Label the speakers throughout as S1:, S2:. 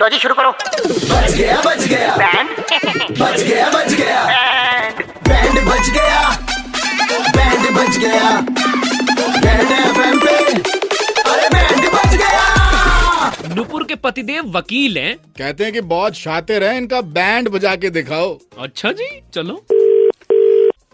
S1: लो जी शुरू करो
S2: बच गया बच गया
S1: बैंड
S2: बच गया बच गया बैंड बच गया बैंड बच गया बैंड एफएम पे अरे बैंड बच गया
S3: नुपुर के पतिदेव वकील हैं
S4: कहते हैं कि बहुत शातिर हैं इनका बैंड बजा के दिखाओ
S3: अच्छा जी चलो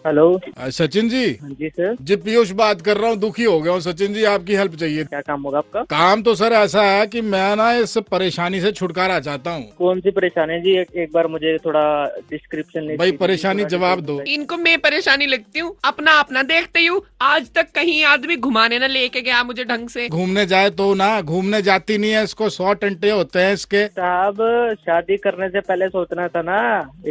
S5: हेलो हाँ
S4: अ, सचिन जी
S5: जी सर
S4: जी पीयूष बात कर रहा हूँ दुखी हो गया हूँ सचिन जी आपकी हेल्प चाहिए
S5: क्या काम होगा आपका
S4: काम तो सर ऐसा है कि मैं ना इस परेशानी से छुटकारा चाहता हूँ
S5: कौन सी परेशानी है जी एक, एक बार मुझे थोड़ा डिस्क्रिप्शन
S4: भाई परेशानी जवाब दो
S3: इनको मैं परेशानी लगती हूँ अपना अपना देखते हूँ आज तक कहीं आदमी घुमाने ना लेके गया मुझे ढंग से
S4: घूमने जाए तो ना घूमने जाती नहीं है इसको सौ टंटे होते हैं इसके तो
S5: साहब शादी करने से पहले सोचना था ना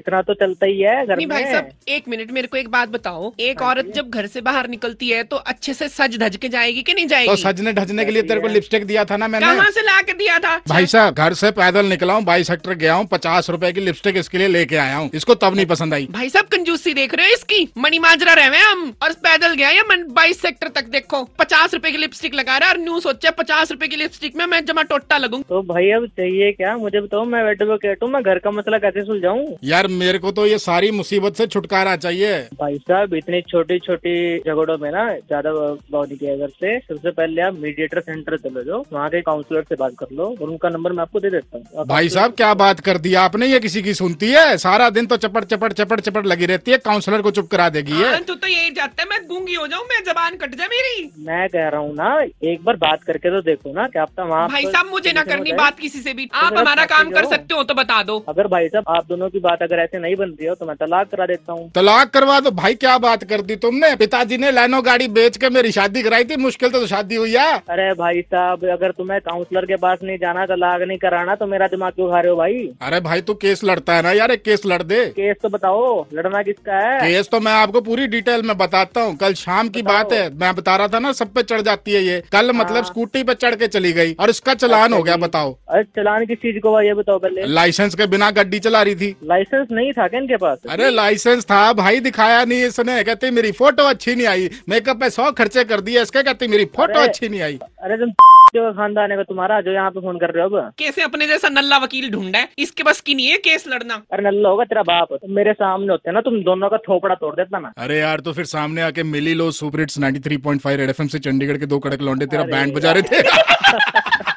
S5: इतना तो चलता ही है घर
S3: नहीं भाई साहब
S5: में
S3: एक मिनट मेरे को एक बात बताओ एक
S4: हाँ
S3: औरत जब घर से बाहर निकलती है तो अच्छे से सज धज के जाएगी कि नहीं
S4: तो
S3: जाएगी
S4: सजने ढजने के लिए तेरे को लिपस्टिक दिया था ना मैंने
S3: कहाँ से ला के दिया था
S4: भाई साहब घर से पैदल निकला हूँ बाईस सेक्टर गया हूँ पचास रुपए की लिपस्टिक इसके लिए लेके आया हूँ इसको तब नहीं पसंद आई
S3: भाई साहब कंजूसी देख रहे हो इसकी मनी माजरा रहे हैं हम और पैदल गया या मन बाईस सेक्टर तक देखो पचास रूपए की लिपस्टिक लगा रहा है और न्यू सोचा पचास रूपए की लिपस्टिक में मैं जमा टोटा लगूंगा
S5: तो भाई अब चाहिए क्या मुझे बताओ मैं एडवोकेट हूँ मैं घर का मसला कैसे सुलझाऊं
S4: यार मेरे को तो ये सारी मुसीबत से छुटकारा चाहिए
S5: भाई साहब इतनी छोटी छोटी झगड़ों में ना ज्यादा भाव नहीं किया घर से सबसे पहले आप मीडिएटर सेंटर चले जाओ वहाँ के काउंसलर से बात कर लो और उनका नंबर मैं आपको दे देता हूँ आप-
S4: भाई साहब क्या बात कर दी आपने ये किसी की सुनती है सारा दिन तो चपट चपट चपट चपट लगी रहती है काउंसलर को चुप करा देगी ये
S3: हाँ, तू तो यही चाहता है मैं गूंगी हो जाऊं मैं जबान कट जाए मेरी
S5: मैं कह रहा हूँ ना एक बार बात करके तो देखो ना क्या आपका वहाँ
S3: भाई
S5: पर
S3: साहब मुझे ना
S5: solution
S3: करनी
S5: तो हो जाए। तो
S3: बात किसी से भी आप
S5: मेरा
S3: हमारा काम
S5: साथी
S3: कर
S5: जाओ।
S3: सकते हो तो बता दो
S5: अगर भाई साहब आप दोनों की बात अगर ऐसे नहीं बन रही हो तो मैं तलाक करा देता हूँ
S4: तलाक करवा दो भाई क्या बात कर दी तुमने पिताजी ने लाइनो गाड़ी बेच के मेरी शादी कराई थी मुश्किल से तो शादी हुई है
S5: अरे भाई साहब अगर तुम्हें काउंसलर के पास नहीं जाना तलाक नहीं कराना तो मेरा दिमाग क्यों खा रहे हो भाई
S4: अरे भाई तू केस लड़ता है ना यार एक केस लड़ दे
S5: केस तो बताओ लड़ना किसका है
S4: केस तो मैं आपको पूरी डिटेल में बताता हूँ कल शाम की बात है मैं बता रहा था ना सब पे चढ़ जाती है ये कल मतलब स्कूटी पे चढ़ के चली गई और उसका चलान हो गया बताओ
S5: अरे चलान किस चीज को हुआ ये बताओ पहले
S4: लाइसेंस के बिना गड्डी चला रही थी
S5: लाइसेंस नहीं था क्या इनके पास
S4: अरे लाइसेंस था भाई दिखाया नहीं इसने कहती मेरी फोटो अच्छी नहीं आई मेकअप पे सौ खर्चे कर दिए इसके कहती मेरी फोटो
S5: अरे।
S4: अच्छी नहीं आई
S5: अरे तुम जो खानदान है वो तुम्हारा जो यहाँ पे फोन कर रहे हो अब
S3: कैसे अपने जैसा नल्ला वकील ढूंढा है इसके बस की नहीं है केस लड़ना
S5: अरे नल्ला होगा तेरा बाप तुम मेरे सामने होते ना तुम दोनों का थोपड़ा तोड़ देता ना
S4: अरे यार तो फिर सामने आके मिली लो सुपर हिट्स 93.5 रेड एफएम से चंडीगढ़ के दो कड़क लौंडे तेरा बैंड बजा रहे थे